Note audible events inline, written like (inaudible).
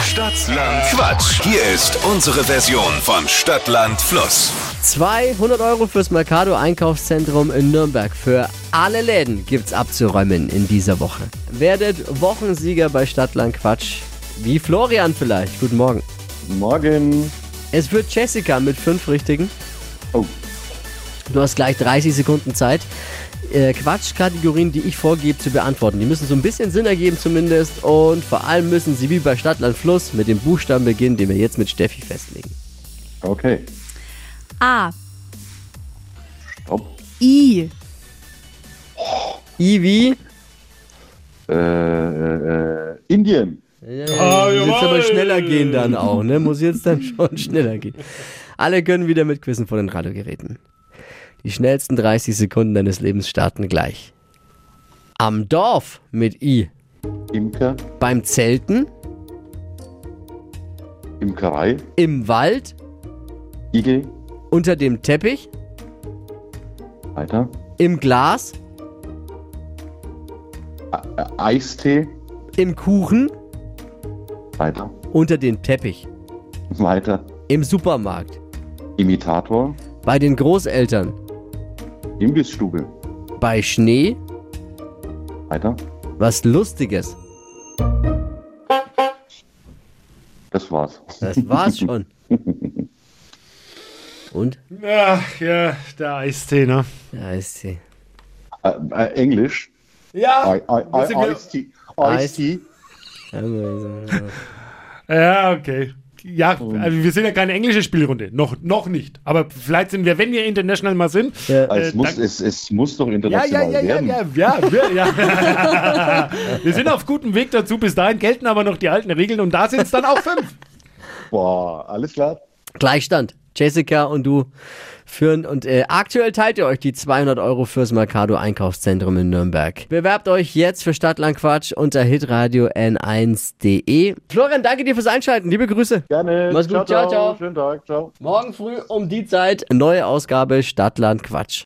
Stadtland Quatsch. Hier ist unsere Version von Stadtland Fluss. 200 Euro fürs Mercado Einkaufszentrum in Nürnberg. Für alle Läden gibt's abzuräumen in dieser Woche. Werdet Wochensieger bei Stadtland Quatsch. Wie Florian vielleicht. Guten Morgen. Morgen. Es wird Jessica mit fünf Richtigen. Oh. Du hast gleich 30 Sekunden Zeit, äh, Quatschkategorien, die ich vorgebe, zu beantworten. Die müssen so ein bisschen Sinn ergeben zumindest und vor allem müssen sie wie bei Stadtland Fluss mit dem Buchstaben beginnen, den wir jetzt mit Steffi festlegen. Okay. A. Stopp. I. I wie? Äh, äh, äh, Indien. Muss jetzt aber schneller gehen dann auch, ne? Muss jetzt dann (laughs) schon schneller gehen. Alle können wieder mitquissen vor den Radiogeräten. Die schnellsten 30 Sekunden deines Lebens starten gleich. Am Dorf mit I. Imker. Beim Zelten, Imkerei. im Wald, Igel. unter dem Teppich, Weiter. im Glas, Äh, Eistee. im Kuchen, Weiter. unter dem Teppich, Weiter. im Supermarkt, Imitator. bei den Großeltern, Imbissstube. bei Schnee, Weiter. was Lustiges. Das war's. Das (laughs) war's schon. Und? Ach ja, der Eistee, ne? Da ist sie. Äh, äh, Englisch. Ja, I, I, I, Ice Tea. Eis. Ice Tea. ja okay. Ja, Oh. also wir sind ja keine englische Spielrunde. Noch, noch nicht. Aber vielleicht sind wir, wenn wir international mal sind. Ja. Es, muss, danke. es, es muss doch Ja, ja, international ja, ja, werden. ja, ja, wir, ja. (laughs) wir sind auf gutem Weg dazu. Bis dahin gelten aber noch die alten Regeln und da sind es dann auch fünf. Boah, alles klar. Gleichstand. Jessica und du führen und äh, aktuell teilt ihr euch die 200 Euro fürs Mercado Einkaufszentrum in Nürnberg. Bewerbt euch jetzt für Stadtlandquatsch unter hitradio n1.de. Florian, danke dir fürs Einschalten. Liebe Grüße. Gerne. Mach's gut. Ciao, ciao. Schönen Tag. Ciao. Morgen früh um die Zeit neue Ausgabe Stadtlandquatsch.